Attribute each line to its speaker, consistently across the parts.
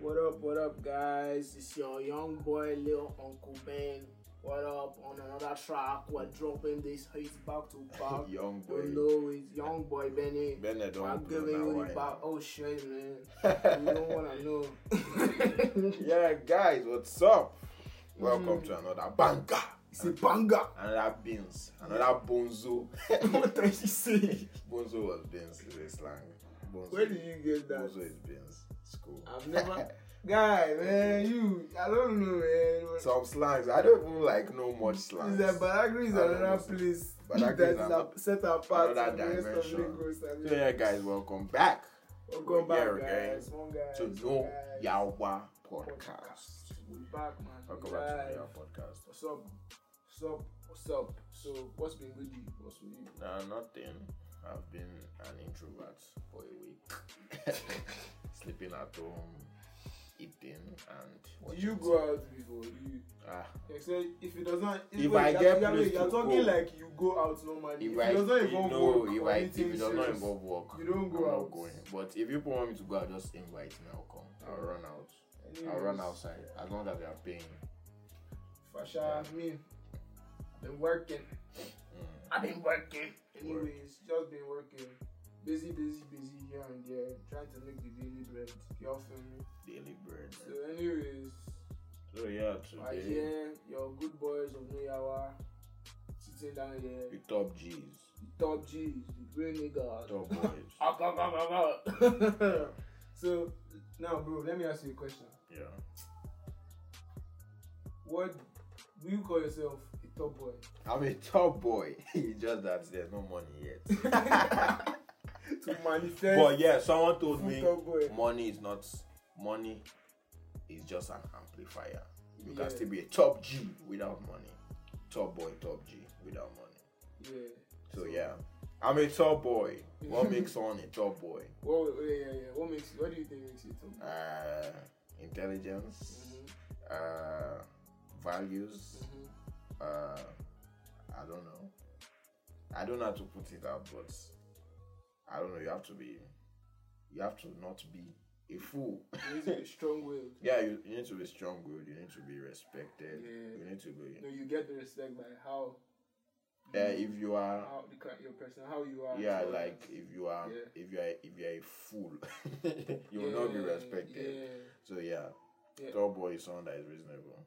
Speaker 1: What up, what up, guys? It's your young boy, Lil Uncle Ben. What up on another track? We're dropping this hits back to back.
Speaker 2: Young boy.
Speaker 1: You know it's young boy Benny.
Speaker 2: Bennett don't
Speaker 1: I'm
Speaker 2: blow
Speaker 1: giving
Speaker 2: now,
Speaker 1: you
Speaker 2: why
Speaker 1: the back.
Speaker 2: not?
Speaker 1: Oh shit, man. you don't wanna know.
Speaker 2: Yeah, guys, what's up? Welcome
Speaker 1: Hmm.
Speaker 2: to another banger,
Speaker 1: it's a banger.
Speaker 2: another beans, another bonzo.
Speaker 1: what did you say?
Speaker 2: bonzo was beans, is a slang. Bonzo,
Speaker 1: Where did you get that? Ah.
Speaker 2: bonzo is beans. It's cool.
Speaker 1: I've never. Guy, man, you. I don't know, man.
Speaker 2: Some slangs. I don't even like know much slangs.
Speaker 1: Is that Badagry is
Speaker 2: I don't
Speaker 1: another
Speaker 2: know.
Speaker 1: place
Speaker 2: Badagry
Speaker 1: that
Speaker 2: is
Speaker 1: is
Speaker 2: another-
Speaker 1: a- set apart from
Speaker 2: another
Speaker 1: the rest of
Speaker 2: dimension.
Speaker 1: Lagos. and-
Speaker 2: So yeah, guys, welcome back
Speaker 1: Welcome back,
Speaker 2: Yeah,
Speaker 1: guys.
Speaker 2: guys.
Speaker 1: One guys.
Speaker 2: to
Speaker 1: one
Speaker 2: No
Speaker 1: guys.
Speaker 2: Yawa Podcast.
Speaker 1: Podcast. We back, man.
Speaker 2: Welcome
Speaker 1: We
Speaker 2: back to
Speaker 1: live.
Speaker 2: No Yawa Podcast.
Speaker 1: What's up? What's up? What's up? So, what's been good? with you? What's with you?
Speaker 2: Nah, nothing. I've been an introvert for a week. Sleeping at home, eating, and
Speaker 1: Do
Speaker 2: watching
Speaker 1: you go out before? Do you?
Speaker 2: Ah,
Speaker 1: Except if it doesn't.
Speaker 2: If
Speaker 1: wait,
Speaker 2: I
Speaker 1: you're-
Speaker 2: get
Speaker 1: you're,
Speaker 2: place
Speaker 1: you're
Speaker 2: to
Speaker 1: talking
Speaker 2: go.
Speaker 1: like you go out normally.
Speaker 2: if
Speaker 1: it
Speaker 2: I
Speaker 1: doesn't
Speaker 2: you
Speaker 1: involve
Speaker 2: know,
Speaker 1: work
Speaker 2: if
Speaker 1: or
Speaker 2: I if
Speaker 1: anything
Speaker 2: it does not
Speaker 1: serious,
Speaker 2: involve work,
Speaker 1: you don't go
Speaker 2: I'm
Speaker 1: out.
Speaker 2: not going. But if people want me to go, I'll just invite me. I'll come.
Speaker 1: Mm.
Speaker 2: I'll run out. I'll
Speaker 1: Anyways,
Speaker 2: run outside as long as they are paying.
Speaker 1: Fasha, me. Been working.
Speaker 2: Mm.
Speaker 1: I've been working. Anyways, just been working. Busy, busy, busy here and there, trying to make the daily bread. Y'all feel me?
Speaker 2: Daily bread.
Speaker 1: So, anyways,
Speaker 2: So yeah,
Speaker 1: I
Speaker 2: today
Speaker 1: hear your good boys of Noyawa sitting down here.
Speaker 2: the top G's,
Speaker 1: The top G's, the real niggas.
Speaker 2: top boys.
Speaker 1: Ah, ah, ah, ah, ah. so, now, bro, let me ask you a question.
Speaker 2: yeah.
Speaker 1: What do you call yourself a top boy?
Speaker 2: I'm a top boy. it's just that there's no money yet.
Speaker 1: To manifest.
Speaker 2: But yeah, someone told me
Speaker 1: Full top boy.
Speaker 2: money is not money is just an amplifier. You
Speaker 1: Yeah.
Speaker 2: can still be a top G without money. Top boy, top G without money.
Speaker 1: Yeah.
Speaker 2: So yeah. I'm a top boy. What makes someone a top boy?
Speaker 1: What, yeah, yeah, yeah. What makes? What do you think makes you top? boy?
Speaker 2: Uh intelligence,
Speaker 1: Mhm,
Speaker 2: uh values,
Speaker 1: mhm.
Speaker 2: uh I don't know. I don't know how to put it out, but I don't know, you have to be you have to not be a fool.
Speaker 1: It is a strong will.
Speaker 2: Yeah, you, you need to be strong willed, you need to be respected,
Speaker 1: Yeah.
Speaker 2: you need to be
Speaker 1: No, you get the respect by how,
Speaker 2: yeah, if you are
Speaker 1: how the, kind- your person, how you are.
Speaker 2: yeah, like if you are
Speaker 1: Yeah.
Speaker 2: if you are if you are a fool you will not be
Speaker 1: Yeah,
Speaker 2: respected. So yeah.
Speaker 1: Yeah.
Speaker 2: Tall boy is someone that is reasonable.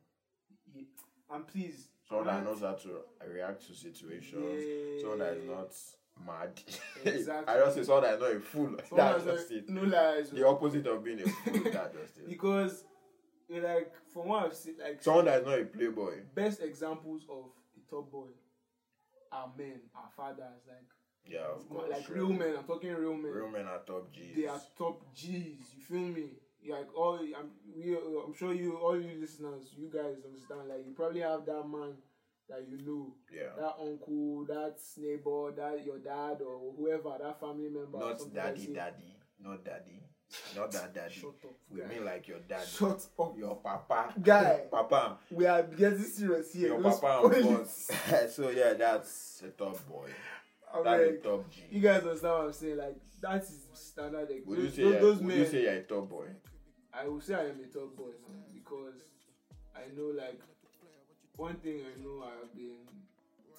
Speaker 1: Yeah, yeah. And please,
Speaker 2: Someone that
Speaker 1: I'm not-
Speaker 2: knows how to react to situations. Someone that is not mad. I
Speaker 1: Exactly.
Speaker 2: don't say someone that is not a fool.
Speaker 1: Someone
Speaker 2: That's
Speaker 1: that's
Speaker 2: just
Speaker 1: like,
Speaker 2: it.
Speaker 1: No lies.
Speaker 2: The opposite of being a fool, that's just it.
Speaker 1: Because, eh, like, from what I've seen, like,
Speaker 2: Someone that is not a playboy.
Speaker 1: best examples of the top boy are men, are fathers, like,
Speaker 2: Yeah, of course.
Speaker 1: like
Speaker 2: sure.
Speaker 1: real men. I'm talking real men.
Speaker 2: Real men are top G's.
Speaker 1: they are top G's. You feel me? Like all, I'm, we, I'm sure you, all you listeners, you guys understand. Like you probably have that man that you know,
Speaker 2: yeah.
Speaker 1: that uncle, that neighbor, that your dad or whoever, that family member. or
Speaker 2: Not
Speaker 1: something like
Speaker 2: daddy,
Speaker 1: that.
Speaker 2: daddy. Not daddy. Not that daddy.
Speaker 1: Shut up,
Speaker 2: We
Speaker 1: guy.
Speaker 2: mean like your daddy.
Speaker 1: Shut up,
Speaker 2: Your papa.
Speaker 1: Guy.
Speaker 2: Papa.
Speaker 1: we are getting serious here.
Speaker 2: Your
Speaker 1: Don't
Speaker 2: papa and
Speaker 1: spoil
Speaker 2: boss. so yeah, that's a top boy.
Speaker 1: it. I'm
Speaker 2: That's a
Speaker 1: like,
Speaker 2: top G.
Speaker 1: you guys understand what I'm saying? Like that is standard. Like,
Speaker 2: Would you
Speaker 1: those,
Speaker 2: say,
Speaker 1: those,
Speaker 2: you're-
Speaker 1: those
Speaker 2: would
Speaker 1: men.
Speaker 2: you say you're a top boy?
Speaker 1: I will say I am a top boy, man, because I know like one thing I know I've been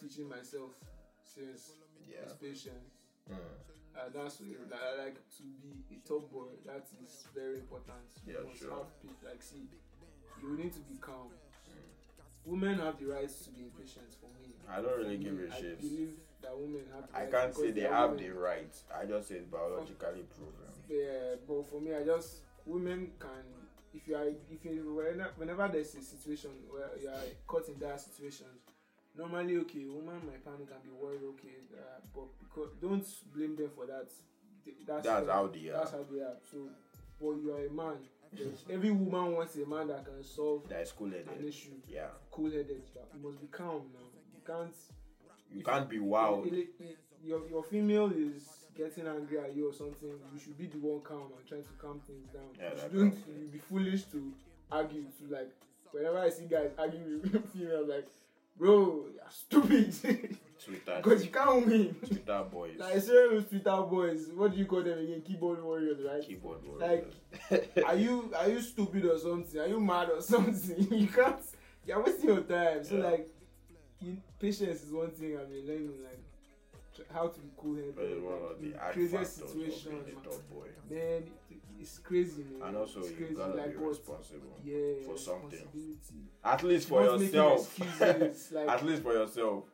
Speaker 1: teaching myself since
Speaker 2: Yeah.
Speaker 1: is patience.
Speaker 2: Mm.
Speaker 1: Uh, that's what I like to be a top boy. That is very important. You
Speaker 2: Yeah,
Speaker 1: must
Speaker 2: sure.
Speaker 1: have pa- like see, you need to be calm. Women have the right to be impatient. For me,
Speaker 2: I don't really
Speaker 1: For
Speaker 2: give
Speaker 1: me,
Speaker 2: a
Speaker 1: I
Speaker 2: shit.
Speaker 1: believe that women have. The
Speaker 2: I
Speaker 1: right
Speaker 2: can't
Speaker 1: because
Speaker 2: say they
Speaker 1: are
Speaker 2: have
Speaker 1: women.
Speaker 2: the right. I just say it's biologically proven.
Speaker 1: Yeah, but for me, I just women can if you are if you whenever- whenever there's a situation where you are caught in that situation, normally okay, woman might panic and be worried, okay, uh, but because don't blame them for that. Th- That's
Speaker 2: That's
Speaker 1: them.
Speaker 2: how they
Speaker 1: That's
Speaker 2: are.
Speaker 1: how they are. So, but you are a man. There's- Every woman wants a man that can solve
Speaker 2: That is cool
Speaker 1: an
Speaker 2: headed.
Speaker 1: issue.
Speaker 2: Yeah.
Speaker 1: Cool-headed. You must be calm now. You can't
Speaker 2: You can't be wild.
Speaker 1: Ele- your, your female is getting angry at you or something. You should be the one calm and trying to calm things down.
Speaker 2: Yeah,
Speaker 1: you
Speaker 2: that
Speaker 1: shouldn't
Speaker 2: counts.
Speaker 1: you be foolish to argue to like whenever I see guys arguing with females like bro you're stupid
Speaker 2: Twitter,
Speaker 1: Because you can't win.
Speaker 2: Twitter boys,
Speaker 1: Like serious Twitter boys, what do you call them again? Keyboard warriors, right?
Speaker 2: keyboard
Speaker 1: like-
Speaker 2: warriors.
Speaker 1: are you are you stupid or something? Are you mad or something? you can't. You're wasting your time. So
Speaker 2: Yeah.
Speaker 1: like, you, patience is one thing I've been learning. Like, tr- how to be cool headed.
Speaker 2: Very one of the
Speaker 1: Like,
Speaker 2: hard
Speaker 1: craziest
Speaker 2: factors of
Speaker 1: situation,
Speaker 2: being a
Speaker 1: man.
Speaker 2: top boy.
Speaker 1: Man, it- it's crazy, man.
Speaker 2: And also,
Speaker 1: it's
Speaker 2: you
Speaker 1: crazy.
Speaker 2: gotta
Speaker 1: like
Speaker 2: be
Speaker 1: what?
Speaker 2: responsible.
Speaker 1: Yeah.
Speaker 2: for something.
Speaker 1: responsibility.
Speaker 2: At least for
Speaker 1: Not making
Speaker 2: yourself.
Speaker 1: excuses, like-
Speaker 2: At least for yourself.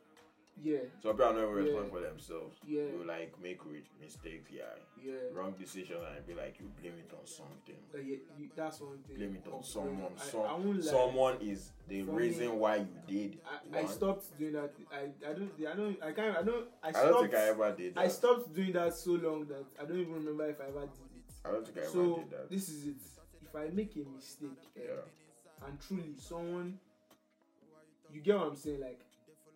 Speaker 1: Yeah.
Speaker 2: Some people are not even
Speaker 1: Yeah.
Speaker 2: responsible for themselves.
Speaker 1: Yeah.
Speaker 2: You like make re- mistake, yeah,
Speaker 1: Yeah.
Speaker 2: wrong decision, and be like you blame it on something.
Speaker 1: Uh, yeah, you, that's one thing.
Speaker 2: Blame it on
Speaker 1: Okay,
Speaker 2: someone.
Speaker 1: I,
Speaker 2: Some,
Speaker 1: I won't lie.
Speaker 2: someone is the
Speaker 1: For
Speaker 2: reason
Speaker 1: me,
Speaker 2: why you did.
Speaker 1: I, I
Speaker 2: one.
Speaker 1: stopped doing that. I, I don't. I don't. I can't. I don't. I
Speaker 2: I
Speaker 1: stopped.
Speaker 2: don't think I ever did that.
Speaker 1: I stopped doing that so long that I don't even remember if I ever did it.
Speaker 2: I don't think I ever
Speaker 1: so
Speaker 2: did that.
Speaker 1: this is it. If I make a mistake, eh,
Speaker 2: yeah,
Speaker 1: and truly someone, you get what I'm saying? Like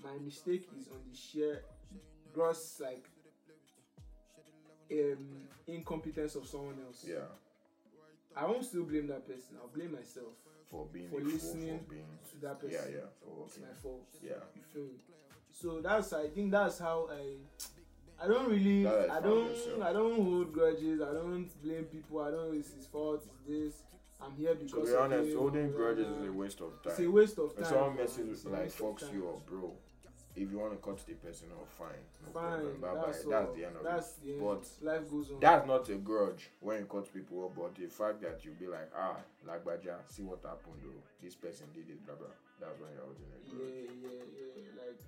Speaker 1: my mistake is on the sheer gross like um incompetence of someone else.
Speaker 2: yeah.
Speaker 1: I won't still blame that person. I'll blame myself.
Speaker 2: For being
Speaker 1: For
Speaker 2: a fool,
Speaker 1: listening
Speaker 2: for being,
Speaker 1: to that person.
Speaker 2: yeah, yeah, for
Speaker 1: It's
Speaker 2: working.
Speaker 1: my fault.
Speaker 2: Yeah.
Speaker 1: You feel me? So that's I think that's how I I don't really
Speaker 2: That is
Speaker 1: I
Speaker 2: found
Speaker 1: don't
Speaker 2: yourself.
Speaker 1: I don't hold grudges, I don't blame people, I don't it's his fault, it's this. I'm here because
Speaker 2: To be
Speaker 1: of
Speaker 2: honest,
Speaker 1: him,
Speaker 2: holding
Speaker 1: blah,
Speaker 2: grudges
Speaker 1: blah,
Speaker 2: is a
Speaker 1: blah.
Speaker 2: waste of
Speaker 1: It's a
Speaker 2: time.
Speaker 1: waste of time.
Speaker 2: If someone
Speaker 1: man.
Speaker 2: messes
Speaker 1: It's a
Speaker 2: with, like
Speaker 1: waste of
Speaker 2: fucks
Speaker 1: time.
Speaker 2: you up, bro. If you want to cut the person off, fine. No
Speaker 1: Fine,
Speaker 2: problem. Bye
Speaker 1: that's,
Speaker 2: bye. That's
Speaker 1: all.
Speaker 2: the end of
Speaker 1: that's
Speaker 2: it.
Speaker 1: the end.
Speaker 2: But
Speaker 1: life goes on.
Speaker 2: that's not a grudge when you cut people up, but the fact that you be like, ah, Lagbaja, see what happened though. This person did it, blah blah. That's when you're holding a
Speaker 1: yeah,
Speaker 2: grudge.
Speaker 1: yeah, yeah. Like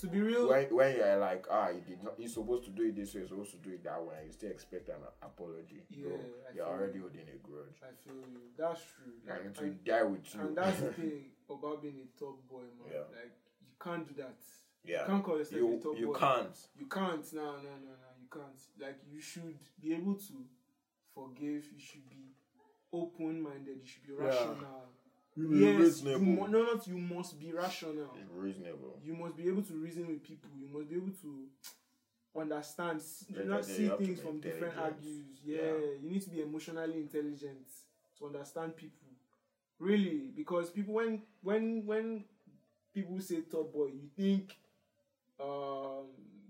Speaker 1: to be real,
Speaker 2: When, when you're like, ah, you did not, you're supposed to do it this way, you're supposed to do it that way, and you still expect an apology.
Speaker 1: Yeah,
Speaker 2: bro,
Speaker 1: I
Speaker 2: you're
Speaker 1: feel
Speaker 2: already
Speaker 1: you.
Speaker 2: holding a grudge.
Speaker 1: I feel you. That's true. Like,
Speaker 2: Like,
Speaker 1: I-
Speaker 2: it will die with you.
Speaker 1: And that's the thing about being a top boy, man.
Speaker 2: Yeah.
Speaker 1: Like you can't do that. You
Speaker 2: yeah.
Speaker 1: can't call yourself a
Speaker 2: You,
Speaker 1: top
Speaker 2: you
Speaker 1: boy.
Speaker 2: can't.
Speaker 1: You can't. No, no, no, no. You can't. Like you should be able to forgive. You should be open-minded. You should be
Speaker 2: Yeah.
Speaker 1: rational.
Speaker 2: You
Speaker 1: yes, you
Speaker 2: reasonable.
Speaker 1: mu- no, not you must be rational.
Speaker 2: Reasonable.
Speaker 1: You must be able to reason with people. You must be able to understand, s-
Speaker 2: Better
Speaker 1: not
Speaker 2: than
Speaker 1: see
Speaker 2: you have to
Speaker 1: things
Speaker 2: be
Speaker 1: from different
Speaker 2: intelligent.
Speaker 1: angles. Yeah,
Speaker 2: Yeah.
Speaker 1: you need to be emotionally intelligent to understand people. Really, because people when when when people say top boy, you think um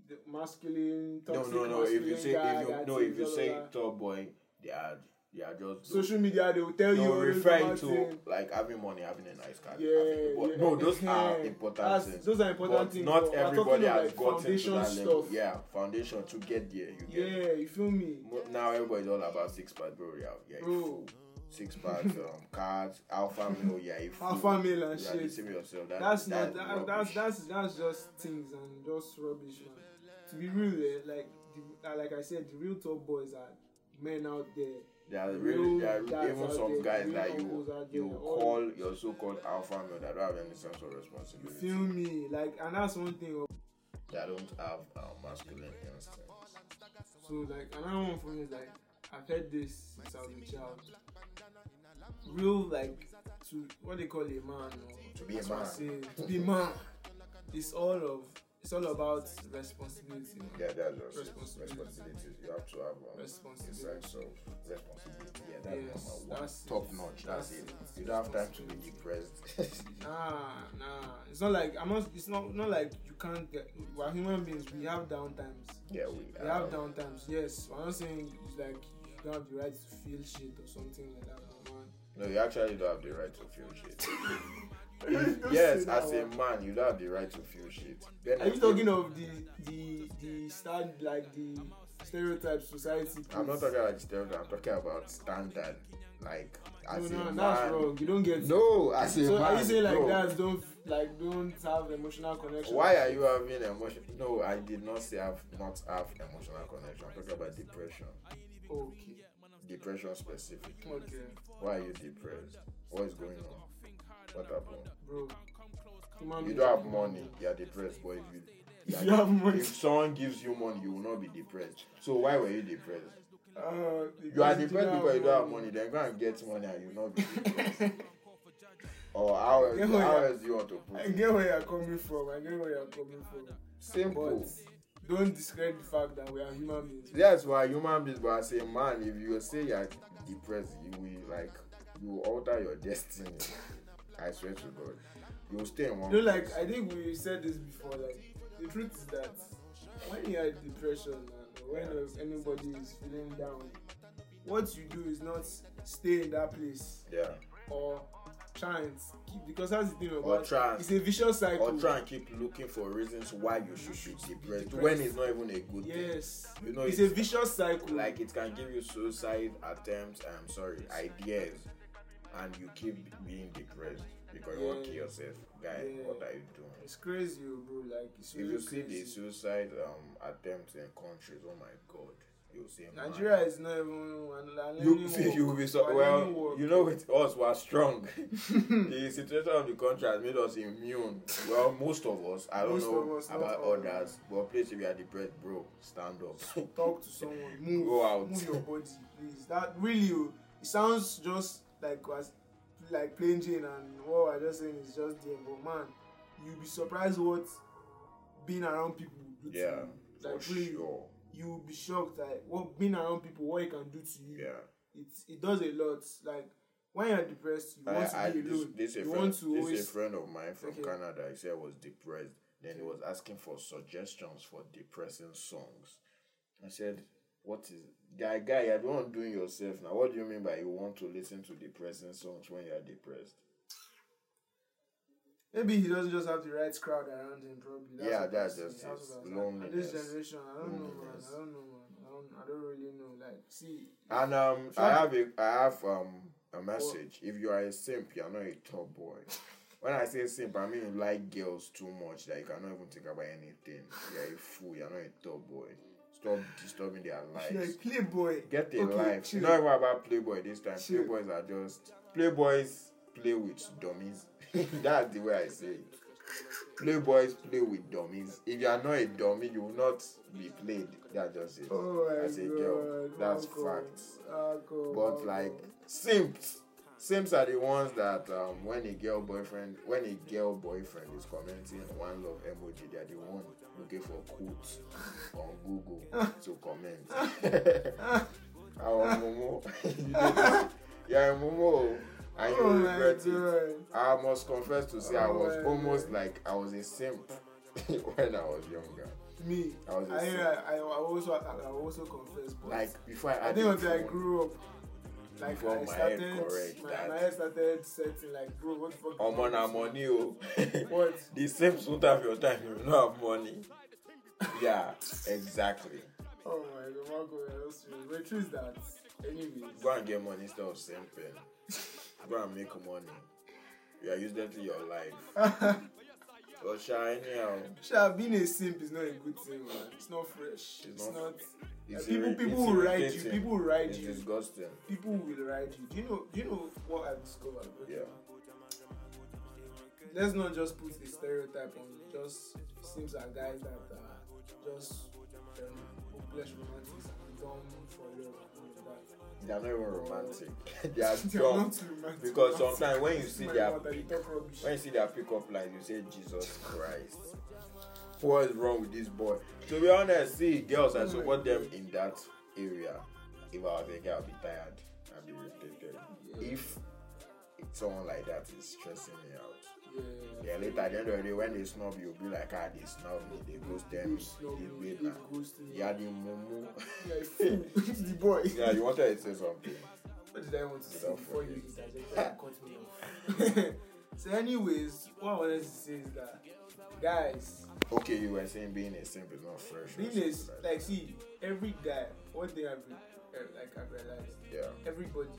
Speaker 1: the masculine,
Speaker 2: No,
Speaker 1: toxic
Speaker 2: no, no. If you
Speaker 1: masculine
Speaker 2: say
Speaker 1: guy
Speaker 2: if you
Speaker 1: that
Speaker 2: no,
Speaker 1: is
Speaker 2: if you
Speaker 1: blah,
Speaker 2: say
Speaker 1: blah, blah.
Speaker 2: top boy, they are they are just
Speaker 1: social media, they will tell
Speaker 2: no,
Speaker 1: you all this
Speaker 2: referring
Speaker 1: about it.
Speaker 2: to like having money, having a nice car.
Speaker 1: yeah,
Speaker 2: having, but
Speaker 1: yeah,
Speaker 2: no, those
Speaker 1: yeah.
Speaker 2: are important
Speaker 1: That's-
Speaker 2: things.
Speaker 1: Those are important
Speaker 2: but
Speaker 1: things. but
Speaker 2: not
Speaker 1: we're talking
Speaker 2: everybody
Speaker 1: of,
Speaker 2: has
Speaker 1: like,
Speaker 2: gotten to
Speaker 1: foundation
Speaker 2: that
Speaker 1: stuff.
Speaker 2: level. Yeah, foundation to get there. You get it.
Speaker 1: Yeah, you feel me?
Speaker 2: Mo- now everybody's all about six pack, bro. Yeah, yeah, you
Speaker 1: Bro.
Speaker 2: fool. Six packs, um, cards, alpha male, yeah, you fool.
Speaker 1: Alpha male and
Speaker 2: yeah,
Speaker 1: shit.
Speaker 2: deceive yourself. That,
Speaker 1: That's
Speaker 2: that
Speaker 1: not that, that's that's that's just things and just rubbish, man. To be real, eh, like the, uh, like I said, the real top boys are men out there.
Speaker 2: There are
Speaker 1: Real
Speaker 2: really there are
Speaker 1: guys
Speaker 2: even
Speaker 1: out there,
Speaker 2: some guys
Speaker 1: real
Speaker 2: that you
Speaker 1: uncles out there,
Speaker 2: you
Speaker 1: all-
Speaker 2: call your so-called alpha male that don't have any sense of
Speaker 1: You
Speaker 2: responsibility.
Speaker 1: feel me? Like, and that's one thing. oh.
Speaker 2: That don't have uh, masculine instincts.
Speaker 1: So, like, another one for me is like, I've heard this since I was a child. Real, like, to what they call a man. Or,
Speaker 2: To be a
Speaker 1: That's what I
Speaker 2: man.
Speaker 1: say, to be man. It's all of it's all about responsibility. man.
Speaker 2: Yeah, that's just
Speaker 1: Responsibility.
Speaker 2: responsibilities. You have to have um,
Speaker 1: Responsibility.
Speaker 2: a sense of responsibility. Yeah, that's
Speaker 1: Yes,
Speaker 2: number one.
Speaker 1: that's it.
Speaker 2: Top notch. That's,
Speaker 1: That's
Speaker 2: it.
Speaker 1: it. Ah,
Speaker 2: You don't have time to be depressed.
Speaker 1: Nah, nah. It's not like I'm not. It's not not like you can't. Get, we're human beings. We have downtimes.
Speaker 2: yeah, we. um,
Speaker 1: We have downtimes. Yes, I'm not saying it's like you don't have the right to feel shit or something like that. no, man.
Speaker 2: No, you actually don't have the right to feel shit. yes,
Speaker 1: say that
Speaker 2: as a man, you don't have the right to feel shit. Then
Speaker 1: Are you talking of the the the stand like the stereotype society?
Speaker 2: I'm not
Speaker 1: puts?
Speaker 2: talking about stereotype. I'm talking about standard. Like as
Speaker 1: No, no,
Speaker 2: a man.
Speaker 1: that's wrong. You don't get. it.
Speaker 2: No, as a
Speaker 1: So
Speaker 2: man.
Speaker 1: are you saying like
Speaker 2: no.
Speaker 1: that? Don't like don't have emotional connection.
Speaker 2: Why are you having emotion? No, I did not say I've not have emotional connection. I'm talking about depression.
Speaker 1: Okay.
Speaker 2: Depression specific.
Speaker 1: Okay,
Speaker 2: Why are you depressed? What is going on? What happened?
Speaker 1: bro. Human
Speaker 2: You
Speaker 1: beings
Speaker 2: don't
Speaker 1: are
Speaker 2: have
Speaker 1: human
Speaker 2: money.
Speaker 1: beings.
Speaker 2: You are depressed, but if you,
Speaker 1: If Um, you have money,
Speaker 2: if someone gives you money, you will not be depressed. So why were you depressed?
Speaker 1: uh,
Speaker 2: You are depressed because you don't have money. Then go and get money, and you will not be depressed. or how else,
Speaker 1: Yeah,
Speaker 2: how
Speaker 1: yeah.
Speaker 2: else do you want to put
Speaker 1: I
Speaker 2: it?
Speaker 1: get where you're coming from. I get where you're coming from.
Speaker 2: Simple.
Speaker 1: But don't discredit the fact that we are human beings.
Speaker 2: That's why human beings, but I say, man, if you say you're depressed, you will like you will alter your destiny. I swear to God, you will stay in one.
Speaker 1: You know, like
Speaker 2: place.
Speaker 1: I think we said this before. Like the truth is that when you are depression and when
Speaker 2: Yeah.
Speaker 1: anybody is feeling down, what you do is not stay in that place
Speaker 2: Yeah.
Speaker 1: or try and keep because that's the thing
Speaker 2: Or
Speaker 1: about
Speaker 2: try
Speaker 1: it's a vicious cycle.
Speaker 2: or try and keep looking for reasons why you should be depressed when it's not even a good thing.
Speaker 1: yes,
Speaker 2: You know,
Speaker 1: it's,
Speaker 2: it's-
Speaker 1: a vicious cycle.
Speaker 2: Like it can give you suicide attempts. I'm sorry, ideas, and you keep being depressed because you want to kill
Speaker 1: Yeah.
Speaker 2: yourself. Guy,
Speaker 1: Yeah.
Speaker 2: what are you doing?
Speaker 1: it's crazy, oh, bro. Like it's
Speaker 2: If
Speaker 1: really
Speaker 2: you see
Speaker 1: crazy.
Speaker 2: the suicide um attempts in countries, oh my god, you'll see. mad.
Speaker 1: Nigeria is not even an- an
Speaker 2: You
Speaker 1: learning
Speaker 2: see, you will
Speaker 1: work,
Speaker 2: be so
Speaker 1: an
Speaker 2: well.
Speaker 1: learning work. Hmm.
Speaker 2: You know, with us, we're strong. the situation of the country has made us immune. Well, most of us. I don't
Speaker 1: Most
Speaker 2: know
Speaker 1: of us, not
Speaker 2: about
Speaker 1: all.
Speaker 2: others, but please, if you are depressed, bro, stand up.
Speaker 1: talk to someone move
Speaker 2: Go out.
Speaker 1: move your body please that really o it sounds just like as like plain jane and what i just saying is just there but man you be surprised what being around people do to
Speaker 2: yeah,
Speaker 1: you
Speaker 2: for
Speaker 1: like really
Speaker 2: sure.
Speaker 1: you be shocked like what being around people what it can do to you
Speaker 2: Yeah.
Speaker 1: it it does a lot like when you're depressed you want
Speaker 2: I, I,
Speaker 1: to be
Speaker 2: this,
Speaker 1: alone
Speaker 2: this, a
Speaker 1: you
Speaker 2: friend,
Speaker 1: want to
Speaker 2: this a
Speaker 1: always
Speaker 2: friend of mine from
Speaker 1: Okay.
Speaker 2: Canada. He said I was depressed. Then he was asking for suggestions for depressing songs. I said, "What is guy? Guy, you don't want doing yourself now. What do you mean by you want to listen to depressing songs when you are depressed?
Speaker 1: maybe he doesn't just have the right crowd around him probably that's
Speaker 2: Yeah,
Speaker 1: what
Speaker 2: that's
Speaker 1: I see.
Speaker 2: just
Speaker 1: that's
Speaker 2: it.
Speaker 1: what I see.
Speaker 2: Loneliness.
Speaker 1: And this generation i don't know man
Speaker 2: Loneliness.
Speaker 1: i don't know man i don't i don't really know like see
Speaker 2: And um, I
Speaker 1: Sure.
Speaker 2: have a, I have um, a message. If you are a simp, you are not a top boy. When I say simp, I mean you like girls too much that you cannot even think about anything. You are a fool. You are not a top boy. Stop disturbing their
Speaker 1: you're a
Speaker 2: lives.
Speaker 1: playboy
Speaker 2: Get a
Speaker 1: Okay,
Speaker 2: life.
Speaker 1: chill.
Speaker 2: Not even about Playboy this time.
Speaker 1: Chill.
Speaker 2: Playboys are just Playboys play with dummies. That's the way I say it. Playboys play with dummies. If you are not a dummy, you will not be played. That's just it.
Speaker 1: oh my
Speaker 2: As a
Speaker 1: god oh
Speaker 2: girl, that's
Speaker 1: alcohol.
Speaker 2: facts.
Speaker 1: Alcohol,
Speaker 2: But
Speaker 1: alcohol.
Speaker 2: like simps, simps are the ones that um, when a girl boyfriend, when a girl boyfriend is commenting one love emoji, they are the one looking for quotes on Google to comment. Our Momo, yeah, Momo, and you
Speaker 1: oh my
Speaker 2: regret it.
Speaker 1: god
Speaker 2: I must confess to say I
Speaker 1: Oh
Speaker 2: was
Speaker 1: my
Speaker 2: almost
Speaker 1: God.
Speaker 2: like I was a simp when I was younger.
Speaker 1: me
Speaker 2: I was a
Speaker 1: i
Speaker 2: simp.
Speaker 1: i i also i, I also confess but
Speaker 2: Like before I
Speaker 1: i
Speaker 2: had
Speaker 1: think
Speaker 2: a
Speaker 1: until i
Speaker 2: phone,
Speaker 1: grew up like
Speaker 2: Before
Speaker 1: i
Speaker 2: my head
Speaker 1: started
Speaker 2: correct
Speaker 1: my,
Speaker 2: that.
Speaker 1: my head started setting like bro what the fuck
Speaker 2: I'm on a money oh.
Speaker 1: what
Speaker 2: The simps won't have your time, you will not have money. yeah, exactly.
Speaker 1: Oh my god, Marco, you're so serious. But the truth is that, anyways,
Speaker 2: Go and get money instead of simping. Go and make money. You are useless to your life. But sha, anyhow,
Speaker 1: sha, being a simp is not a good thing, man. It's not fresh. It's,
Speaker 2: not-
Speaker 1: not.
Speaker 2: it's
Speaker 1: Like, people-
Speaker 2: irri-
Speaker 1: people
Speaker 2: it's
Speaker 1: will ride you,
Speaker 2: irritating.
Speaker 1: people will ride
Speaker 2: it's
Speaker 1: you.
Speaker 2: disgusting.
Speaker 1: People will ride you. Do you know? Do you know what I've discovered? bro?
Speaker 2: Yeah.
Speaker 1: Let's not just put the stereotype on just simps are guys that are just um, hopeless romantics and dumb for love and all of that.
Speaker 2: They are not even romantic. they are
Speaker 1: They are
Speaker 2: dumb.
Speaker 1: not romantic.
Speaker 2: Because sometimes when you see
Speaker 1: My
Speaker 2: their
Speaker 1: mother, you talk rubbish.
Speaker 2: When you see their pickup line, you say Jesus Christ. What is wrong with this boy? To be honest, see girls, I support them in that area. If I was a girl, I'd be tired. I'd be irritated. If it's someone like that is stressing me out.
Speaker 1: Yeah.
Speaker 2: Yeah, later at the end of the day, when they snob you, you'll be like, ah, they snob me, they ghost them,
Speaker 1: Snob
Speaker 2: they
Speaker 1: me,
Speaker 2: wait now.
Speaker 1: they ghost me.
Speaker 2: Yeah, the mumu.
Speaker 1: You're a fool. the boy.
Speaker 2: yeah, you wanted to say something.
Speaker 1: What did I want to say
Speaker 2: Without
Speaker 1: before you
Speaker 2: fucking-
Speaker 1: interjected and cut me off? so, anyways, what I wanted to say is that, guys,
Speaker 2: Okay, you were saying being a simp is not fresh. or
Speaker 1: being
Speaker 2: something
Speaker 1: is
Speaker 2: like that.
Speaker 1: like, see, every guy, one thing I've re- eh, like I've realized,
Speaker 2: yeah.
Speaker 1: everybody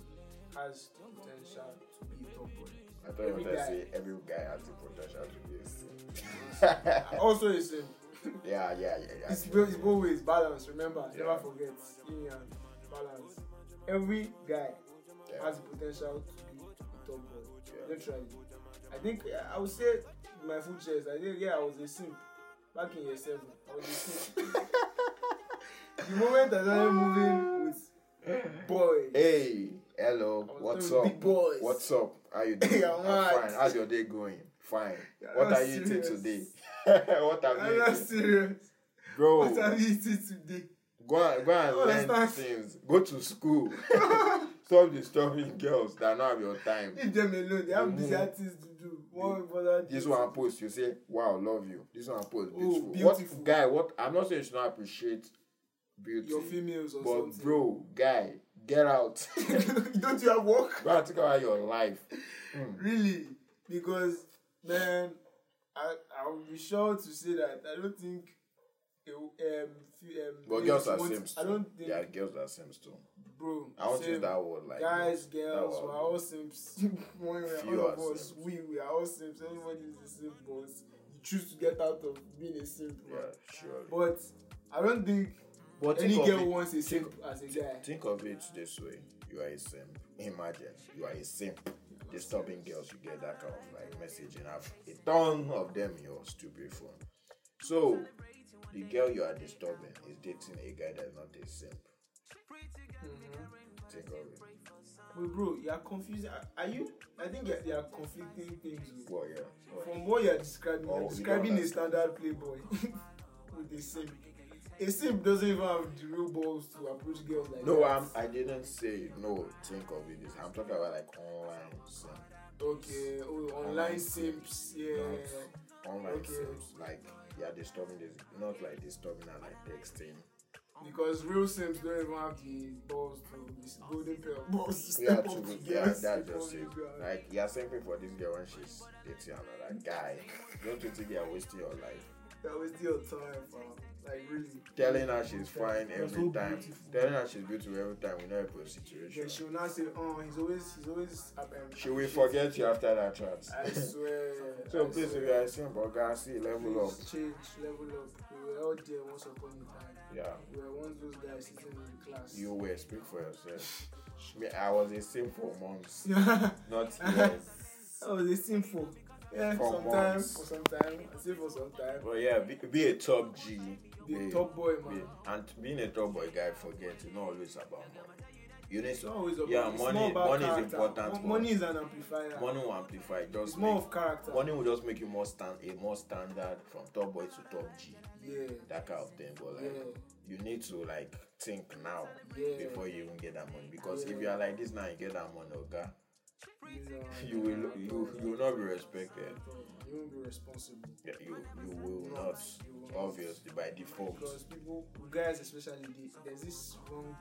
Speaker 1: has the potential to be a top boy.
Speaker 2: I thought you
Speaker 1: Every
Speaker 2: were going to
Speaker 1: guy.
Speaker 2: say every guy has the potential to be a
Speaker 1: And
Speaker 2: simp.
Speaker 1: also, it's a,
Speaker 2: yeah, yeah, yeah, yeah.
Speaker 1: it's, bo- it's both ways balance. Remember,
Speaker 2: Yeah.
Speaker 1: never forget, yin yang balance. Every guy
Speaker 2: yeah.
Speaker 1: has the potential to be a top boy.
Speaker 2: Yeah.
Speaker 1: literally. I think uh, I would say my full chest. I think yeah, I was a simp back in year seven. I was a simp. the moment I started moving with boys,
Speaker 2: Hey, hello,
Speaker 1: I was
Speaker 2: what's
Speaker 1: doing
Speaker 2: up?
Speaker 1: big boys.
Speaker 2: What's up? How you doing?
Speaker 1: Hey, I'm
Speaker 2: I'm
Speaker 1: alright.
Speaker 2: fine. How's your day going? Fine.
Speaker 1: Yeah,
Speaker 2: what
Speaker 1: that's
Speaker 2: are you eating
Speaker 1: serious.
Speaker 2: today? what have
Speaker 1: I'm
Speaker 2: you
Speaker 1: not
Speaker 2: eating?
Speaker 1: serious.
Speaker 2: Bro,
Speaker 1: What have you eating today?
Speaker 2: go and, go and
Speaker 1: I
Speaker 2: learn
Speaker 1: understand.
Speaker 2: things. Go to school. Stop disturbing girls that don't have your time.
Speaker 1: Leave them alone. They have busy
Speaker 2: Mhm.
Speaker 1: artists to do. One important
Speaker 2: This
Speaker 1: thing.
Speaker 2: one post, you say, wow, love you. This one post,
Speaker 1: Oh,
Speaker 2: beautiful.
Speaker 1: beautiful.
Speaker 2: What, guy, what? I'm not saying you should not appreciate beauty.
Speaker 1: Your females or
Speaker 2: but
Speaker 1: something.
Speaker 2: bro, guy, get out.
Speaker 1: Don't you have work?
Speaker 2: Go and think about your life.
Speaker 1: Really? Because man, I I'll be sure to say that I don't think. a w- Um, few, um,
Speaker 2: But
Speaker 1: males
Speaker 2: girls are
Speaker 1: want-
Speaker 2: sims too.
Speaker 1: I don't think,
Speaker 2: There are girls that are sims too.
Speaker 1: bro.
Speaker 2: I won't
Speaker 1: same.
Speaker 2: use that word like
Speaker 1: guys,
Speaker 2: that.
Speaker 1: girls,
Speaker 2: That
Speaker 1: we're
Speaker 2: word.
Speaker 1: all simps. One way,
Speaker 2: Few
Speaker 1: all of
Speaker 2: are
Speaker 1: us,
Speaker 2: simps.
Speaker 1: we, we are all simps. Everybody is a simp, but you choose to get out of being a simp, man.
Speaker 2: Yeah, sure.
Speaker 1: But I don't think
Speaker 2: But
Speaker 1: any
Speaker 2: think of
Speaker 1: girl
Speaker 2: it-
Speaker 1: wants a simp as a guy.
Speaker 2: Think of it this way: you are a simp. Imagine you are a simp. Disturbing girls, you get that kind of like message, and have a ton of them in your stupid phone. So the girl you are disturbing is dating a guy that's not a simp. Think of it.
Speaker 1: Mm-hmm. But bro, you are confusing. Are- Are you? I think you are conflicting things. with-
Speaker 2: Well, yeah. Well,
Speaker 1: From what you are describing, you
Speaker 2: Oh, you
Speaker 1: are
Speaker 2: don't
Speaker 1: describing a
Speaker 2: understand.
Speaker 1: standard playboy with a simp. A simp doesn't even have the real balls to approach girls like
Speaker 2: no,
Speaker 1: that.
Speaker 2: I'm. I didn't say no. Think of it this. I'm talking about like online simp.
Speaker 1: Okay, oh, online
Speaker 2: Online
Speaker 1: simps, yeah.
Speaker 2: Not online
Speaker 1: Okay.
Speaker 2: simps. Like you are disturbing this. Not like disturbing and like texting.
Speaker 1: Because real Sims don't even have the balls to this golden pair of balls to
Speaker 2: Yeah,
Speaker 1: step
Speaker 2: to
Speaker 1: up
Speaker 2: be,
Speaker 1: to
Speaker 2: yeah,
Speaker 1: girls.
Speaker 2: that's
Speaker 1: Oh
Speaker 2: just it.
Speaker 1: my God.
Speaker 2: Like you're simping for this girl when she's dating another guy. Don't you think you're wasting your life?
Speaker 1: That was your time, fam. Like really.
Speaker 2: Telling her she's fine
Speaker 1: You're
Speaker 2: every
Speaker 1: so
Speaker 2: time.
Speaker 1: beautiful.
Speaker 2: Telling her she's beautiful every time. We know about the
Speaker 1: Then she
Speaker 2: situation.
Speaker 1: will now say, "Oh, he's always, he's always." Um,
Speaker 2: She will forget you after that chance.
Speaker 1: I swear.
Speaker 2: so
Speaker 1: I
Speaker 2: please,
Speaker 1: swear.
Speaker 2: if you're simple, guys, see level up.
Speaker 1: Please Change, level up. We were out there once upon a time.
Speaker 2: Yeah,
Speaker 1: We were once those guys sitting in class.
Speaker 2: you will speak for yourself. Me, I was a simp for months,
Speaker 1: Yeah.
Speaker 2: not years.
Speaker 1: oh, they seem for. Yeah,
Speaker 2: For
Speaker 1: sometimes,
Speaker 2: months.
Speaker 1: for some time, I say for some time.
Speaker 2: But yeah, be, be a top G.
Speaker 1: The
Speaker 2: Be-
Speaker 1: top boy, man.
Speaker 2: be- and being a top boy guy, forget it's not always about money. You need
Speaker 1: It's
Speaker 2: to
Speaker 1: not always about
Speaker 2: Yeah,
Speaker 1: it's
Speaker 2: money-
Speaker 1: more about
Speaker 2: money is
Speaker 1: character.
Speaker 2: important,
Speaker 1: Mo-
Speaker 2: but-
Speaker 1: Money is an amplifier.
Speaker 2: Money will amplify. it
Speaker 1: it's
Speaker 2: Just
Speaker 1: more
Speaker 2: make,
Speaker 1: of character.
Speaker 2: money will just make you more stand a more standard from top boy to top G.
Speaker 1: Yeah,
Speaker 2: That kind of thing. But
Speaker 1: yeah,
Speaker 2: like you need to like think now
Speaker 1: yeah.
Speaker 2: before you even get that money. Because
Speaker 1: Yeah.
Speaker 2: if you are like this now, you get that money, okay?
Speaker 1: He's, uh,
Speaker 2: You will you you will not be respected.
Speaker 1: You won't be responsible
Speaker 2: Yeah, You you will not.
Speaker 1: You will not.
Speaker 2: Obviously by default.
Speaker 1: because people, guys especially, they, there's this wrong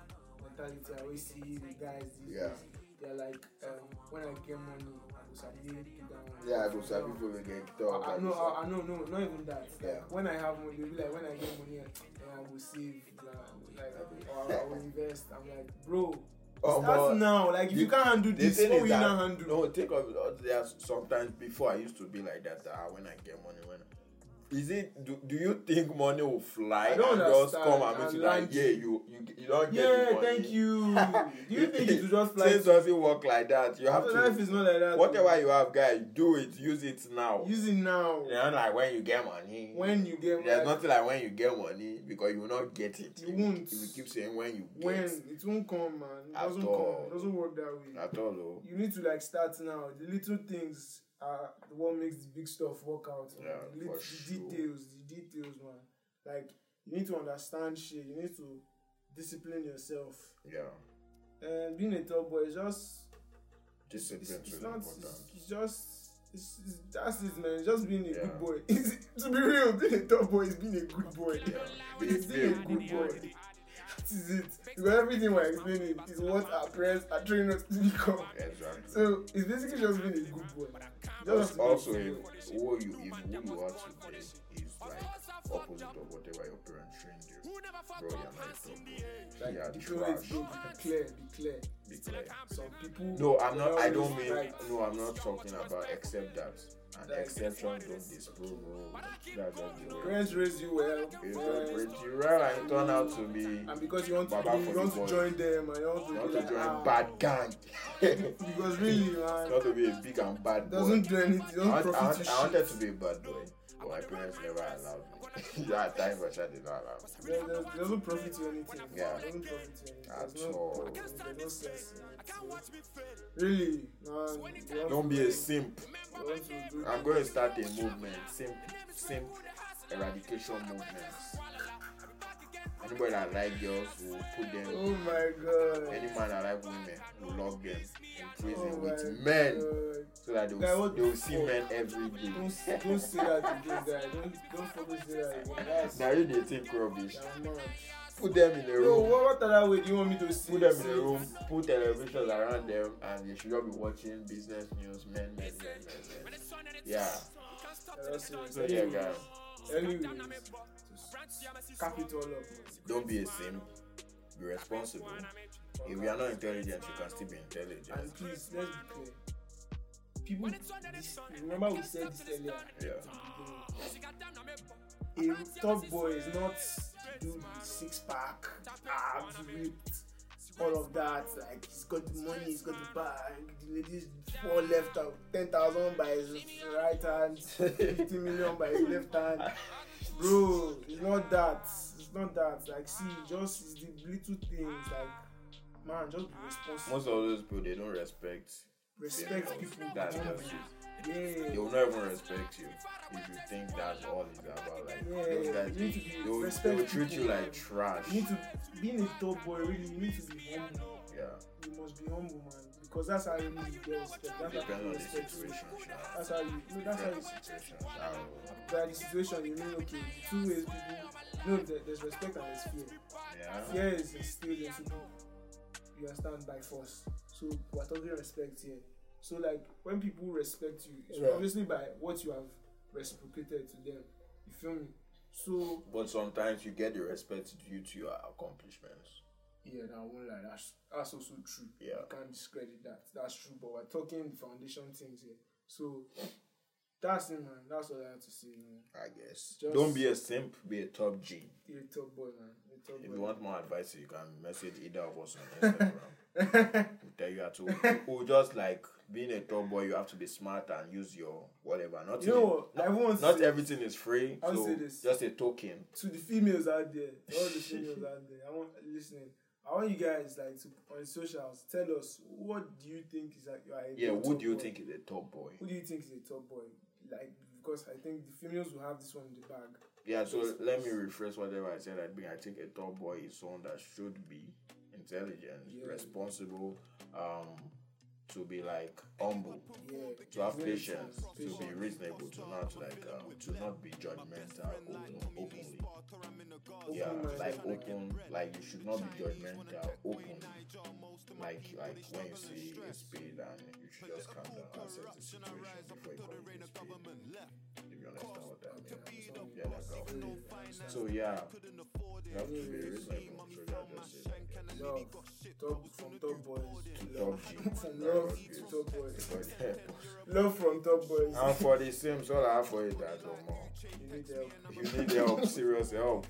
Speaker 1: mentality. I always see the guys. These
Speaker 2: Yeah.
Speaker 1: days, They're like, um, when I get money, I will sabi put down.
Speaker 2: will get
Speaker 1: No, I, I, no, I, I, no, no, not even that. Like,
Speaker 2: Yeah.
Speaker 1: When I have money, they'll be like, when I get money, then I will save, like, like or I will invest. I'm like, bro,
Speaker 2: Oh,
Speaker 1: start
Speaker 2: but
Speaker 1: now. Like, if
Speaker 2: the-
Speaker 1: you can't handle
Speaker 2: the
Speaker 1: this,
Speaker 2: thing
Speaker 1: what
Speaker 2: is
Speaker 1: will you not
Speaker 2: that
Speaker 1: handle?
Speaker 2: no think of it uh, there's sometimes before i used to be like that that ah, when i get money when I, is it do, do you think money will fly
Speaker 1: I don't
Speaker 2: and just
Speaker 1: understand,
Speaker 2: come and meet
Speaker 1: and
Speaker 2: you
Speaker 1: like-
Speaker 2: like yeah you you, you don't get the
Speaker 1: Yeah,
Speaker 2: money.
Speaker 1: thank you. Do you think it will just fly?
Speaker 2: Things doesn't work like that you have
Speaker 1: Life
Speaker 2: to
Speaker 1: is not like that.
Speaker 2: whatever you have guy do it use it now
Speaker 1: Use it now.
Speaker 2: you know like when you get money
Speaker 1: When you get
Speaker 2: there's
Speaker 1: like,
Speaker 2: nothing like when you get money because you will not get it
Speaker 1: You won't.
Speaker 2: if you keep saying when you
Speaker 1: when
Speaker 2: get
Speaker 1: it won't come, man. It
Speaker 2: At
Speaker 1: doesn't come.
Speaker 2: all.
Speaker 1: It doesn't work that way.
Speaker 2: at all though
Speaker 1: you need to like start now. The little things are what makes the big stuff work out. man.
Speaker 2: Yeah,
Speaker 1: the, lit-
Speaker 2: for
Speaker 1: the
Speaker 2: sure.
Speaker 1: details, the details, man. Like you need to understand shit. You need to discipline yourself.
Speaker 2: yeah
Speaker 1: And being a top boy is just it's,
Speaker 2: discipline
Speaker 1: it's
Speaker 2: is
Speaker 1: not.
Speaker 2: important
Speaker 1: It's, it's just. It's, it's, that's it, man. It's Just being a
Speaker 2: Yeah.
Speaker 1: good boy. to be real, being a top boy is being a good boy.
Speaker 2: yeah
Speaker 1: It's being a good boy. That is it. Because everything we're explaining is what our parents are training us to become.
Speaker 2: Exactly.
Speaker 1: So it's basically just being a good boy. You just have to be
Speaker 2: Also,
Speaker 1: a
Speaker 2: if
Speaker 1: good boy.
Speaker 2: who you if who you are today is like opposite of whatever your parents trained you, bro, you're not a top boy.
Speaker 1: like,
Speaker 2: You are
Speaker 1: declare it, bro.
Speaker 2: trash.
Speaker 1: Be clear, be clear.
Speaker 2: Be clear.
Speaker 1: Some people.
Speaker 2: No, I'm not. I don't
Speaker 1: always
Speaker 2: mean.
Speaker 1: right.
Speaker 2: No, I'm not talking about except that. And
Speaker 1: Like-
Speaker 2: exception don't disprove rule. That's just the way.
Speaker 1: Parents raise you well,
Speaker 2: It's
Speaker 1: parents-
Speaker 2: not pretty rare and turn out to be.
Speaker 1: and because you want to,
Speaker 2: Baba
Speaker 1: be,
Speaker 2: for
Speaker 1: you
Speaker 2: the
Speaker 1: want to
Speaker 2: boy.
Speaker 1: join them, and you want to,
Speaker 2: Not
Speaker 1: be
Speaker 2: to
Speaker 1: like, ah.
Speaker 2: join bad gang.
Speaker 1: Because really, man,
Speaker 2: Not to be a big and bad boy.
Speaker 1: doesn't do anything.
Speaker 2: I,
Speaker 1: Doesn't
Speaker 2: want- I,
Speaker 1: profit you
Speaker 2: want- I
Speaker 1: shit.
Speaker 2: wanted to be a bad boy, but my parents never allowed me. yeah, at times my dad did not allow me.
Speaker 1: Doesn't- doesn't- Doesn't profit you anything.
Speaker 2: Yeah.
Speaker 1: Doesn't profit you anything.
Speaker 2: At
Speaker 1: There's no-
Speaker 2: all.
Speaker 1: there's no sense in it, so. Really, man. you want
Speaker 2: Don't
Speaker 1: to-
Speaker 2: be a simp.
Speaker 1: you want to do
Speaker 2: I'm going to start a movement, simp, simp eradication movement. Anybody that like girls will put them.
Speaker 1: Oh my god.
Speaker 2: Any man that like women will lock them in prison
Speaker 1: Oh
Speaker 2: with
Speaker 1: my
Speaker 2: men
Speaker 1: God.
Speaker 2: so that they will,
Speaker 1: Guy,
Speaker 2: s-
Speaker 1: what
Speaker 2: they will
Speaker 1: the
Speaker 2: see
Speaker 1: fuck?
Speaker 2: men every day.
Speaker 1: Don't s- don't say that to this guy. Don't don't fucking say that again. That's
Speaker 2: Now you they think rubbish.
Speaker 1: that's mad.
Speaker 2: Put them in a
Speaker 1: Yo,
Speaker 2: room.
Speaker 1: what, what other way do you want me to see?
Speaker 2: Put them in a room. Put televisions around them, and they should not be watching business news. Men, men, men, men, men. Yeah. So yeah, guys,
Speaker 1: Anyways, just cap it all up. man.
Speaker 2: don't be a simp. Be responsible. If you are not intelligent, you can still be intelligent.
Speaker 1: And please, let's be clear. People, this, remember we said this earlier.
Speaker 2: Yeah.
Speaker 1: You know, A top boy is not the dude with six pack, abs, ripped, all of that. Like he's got the money, he's got the bag. The ladies fall left out, ten thousand by his right hand, fifty million by his left hand. Bro, it's not that. It's not that. Like see, just it's the little things. Like man, just be responsible.
Speaker 2: Most of those people they don't respect.
Speaker 1: Respect people.
Speaker 2: That's
Speaker 1: don't
Speaker 2: just
Speaker 1: be-
Speaker 2: it.
Speaker 1: Yeah.
Speaker 2: They will not even respect you if you think that's all it's about. Like
Speaker 1: Yeah,
Speaker 2: those guys,
Speaker 1: you need to be-
Speaker 2: they will, they
Speaker 1: respect
Speaker 2: will treat you
Speaker 1: people.
Speaker 2: like trash.
Speaker 1: You need to being a top boy really you need to be humble.
Speaker 2: Yeah,
Speaker 1: You must be humble man because that's how you need to get respect. That's how
Speaker 2: depends
Speaker 1: people
Speaker 2: on the
Speaker 1: respect you.
Speaker 2: situation. sha.
Speaker 1: That's how you no, that's how
Speaker 2: Depends on
Speaker 1: you
Speaker 2: the situation. sha.
Speaker 1: by the situation you mean okay the two ways people no there, there's respect and there's fear.
Speaker 2: Yeah,
Speaker 1: Fear is instilled into people. You understand by force. So we're talking respect here. So like when people respect you, it's
Speaker 2: Yeah.
Speaker 1: obviously by what you have reciprocated to them. You feel me? So
Speaker 2: but sometimes you get the respect due to your accomplishments.
Speaker 1: Yeah, that one lie. That's that's also true.
Speaker 2: Yeah.
Speaker 1: You can't discredit that. That's true. But we're talking foundation things here. So that's it, man. That's all I have to say, man.
Speaker 2: I guess.
Speaker 1: Just-
Speaker 2: Don't be a simp. Be a top G.
Speaker 1: You're a top boy, man. You're a top
Speaker 2: If
Speaker 1: boy.
Speaker 2: you want more advice, you can message either of us on Instagram. we'll tell you how to. We'll just like being a top boy, you have to be smart and use your whatever. Not
Speaker 1: You know what? I
Speaker 2: not,
Speaker 1: won't
Speaker 2: not
Speaker 1: say-
Speaker 2: everything is free.
Speaker 1: I'll
Speaker 2: so
Speaker 1: say this.
Speaker 2: just a token.
Speaker 1: to the females out there, all the females out there, I want listening. I want you guys like to on socials tell us what do you think is like you are a
Speaker 2: Yeah,
Speaker 1: good
Speaker 2: who
Speaker 1: top
Speaker 2: do you
Speaker 1: boy?
Speaker 2: think is a top boy?
Speaker 1: Who do you think is a top boy? Like because I think the females will have this one in the bag.
Speaker 2: Yeah, so let me rephrase whatever I said. I think I think a top boy is someone that should be intelligent,
Speaker 1: Yeah.
Speaker 2: responsible, um, to be like humble,
Speaker 1: Yeah.
Speaker 2: to have
Speaker 1: Yeah.
Speaker 2: patience, to be reasonable, to not like um, to not be judgmental open, openly. Yeah,
Speaker 1: Open-minded.
Speaker 2: like open, like you should not be judgmental openly. Like like when you see a spade and you should just calm down, assess the situation before you call it a spade. If you understand what I
Speaker 1: E
Speaker 2: mean, yeah, that's how. So yeah, you have to be reasonable. So that's just it.
Speaker 1: Love. Top from top boys.
Speaker 2: To
Speaker 1: Love.
Speaker 2: love you.
Speaker 1: from love to top boys.
Speaker 2: But yeah,
Speaker 1: Love from top boys.
Speaker 2: and for the Sims, all I have for you is that no more.
Speaker 1: You need help.
Speaker 2: you need help, serious help.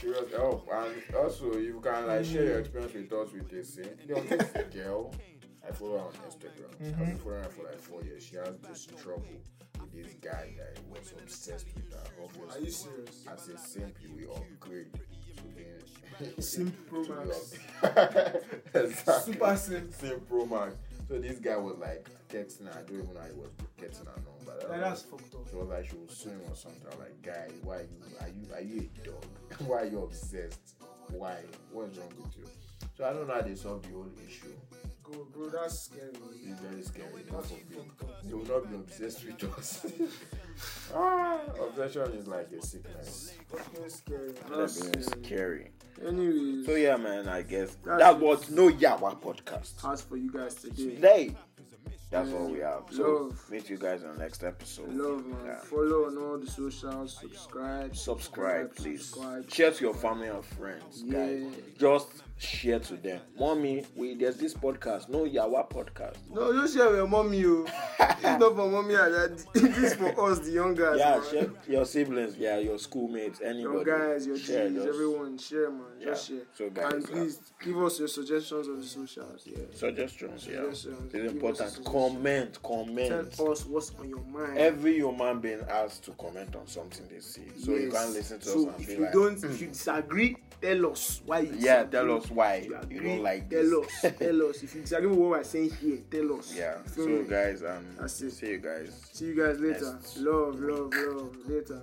Speaker 2: Serious help. And also you can like share your experience with us with this eh? thing. There's this girl I follow her on Instagram. I've
Speaker 1: Mm-hmm.
Speaker 2: been following her for like four years. She has this trouble with this guy that he was obsessed with her.
Speaker 1: Are
Speaker 2: Obviously
Speaker 1: you serious?
Speaker 2: as a simp you will upgrade to being
Speaker 1: Simp Pro
Speaker 2: to be
Speaker 1: Max.
Speaker 2: up- exactly.
Speaker 1: Super simp.
Speaker 2: Simp Pro Max. So this guy was like texting her. I don't even know how he was texting her number. That
Speaker 1: Like, that's
Speaker 2: was-
Speaker 1: fucked up.
Speaker 2: she was like she was swim or something. I'm like, guy, why you are you are you a dog? why are you obsessed? Why? What's wrong with you? So I don't know how they solve the whole issue.
Speaker 1: Go, bro, that's scary.
Speaker 2: It's very scary. Not for me. They will not be obsessed with us. ah, obsession is like a sickness.
Speaker 1: Fucking scary. That's
Speaker 2: That's
Speaker 1: scary.
Speaker 2: scary.
Speaker 1: Anyways,
Speaker 2: So yeah, man, I guess
Speaker 1: That's
Speaker 2: that
Speaker 1: it.
Speaker 2: was no Yawa podcast.
Speaker 1: that's for you guys today.
Speaker 2: Today, that's all we have. So
Speaker 1: Love.
Speaker 2: meet you guys on the next episode.
Speaker 1: Love, man.
Speaker 2: Yeah.
Speaker 1: Follow on all the socials. Subscribe.
Speaker 2: Subscribe, please.
Speaker 1: Subscribe.
Speaker 2: Share to your family and friends, guys.
Speaker 1: Yeah.
Speaker 2: Just share to them. Mommy, we there's this podcast, no Yawa podcast.
Speaker 1: No, don't share with your mommy, yo. it's not for mommy and daddy. This is for us, the young guys.
Speaker 2: yeah,
Speaker 1: man.
Speaker 2: share your siblings, yeah, your schoolmates, anybody.
Speaker 1: Your guys, your
Speaker 2: Share
Speaker 1: G's,
Speaker 2: those.
Speaker 1: everyone, share, man. Just
Speaker 2: Yeah.
Speaker 1: share.
Speaker 2: So, guys,
Speaker 1: and
Speaker 2: yeah.
Speaker 1: please give us your suggestions on the socials. Yeah.
Speaker 2: Suggestions, yeah.
Speaker 1: Suggestions. Give us
Speaker 2: It's important.
Speaker 1: suggestions.
Speaker 2: Comment,
Speaker 1: Tell
Speaker 2: comment.
Speaker 1: us what's on your mind.
Speaker 2: Every human being has to comment on something they see. So you
Speaker 1: Yes.
Speaker 2: can't listen to
Speaker 1: So
Speaker 2: us and
Speaker 1: if
Speaker 2: be
Speaker 1: you
Speaker 2: like "Hmm."
Speaker 1: don't, if you disagree, tell us why. You
Speaker 2: Yeah,
Speaker 1: disagree.
Speaker 2: tell us why
Speaker 1: You,
Speaker 2: you
Speaker 1: agree,
Speaker 2: don't like this.
Speaker 1: Tell us. tell us. If you disagree with what we're saying here, tell us.
Speaker 2: Yeah.
Speaker 1: You feel
Speaker 2: So
Speaker 1: me?
Speaker 2: guys, um
Speaker 1: That's it.
Speaker 2: see you guys.
Speaker 1: See you guys later.
Speaker 2: Next.
Speaker 1: Love, love, love. Later.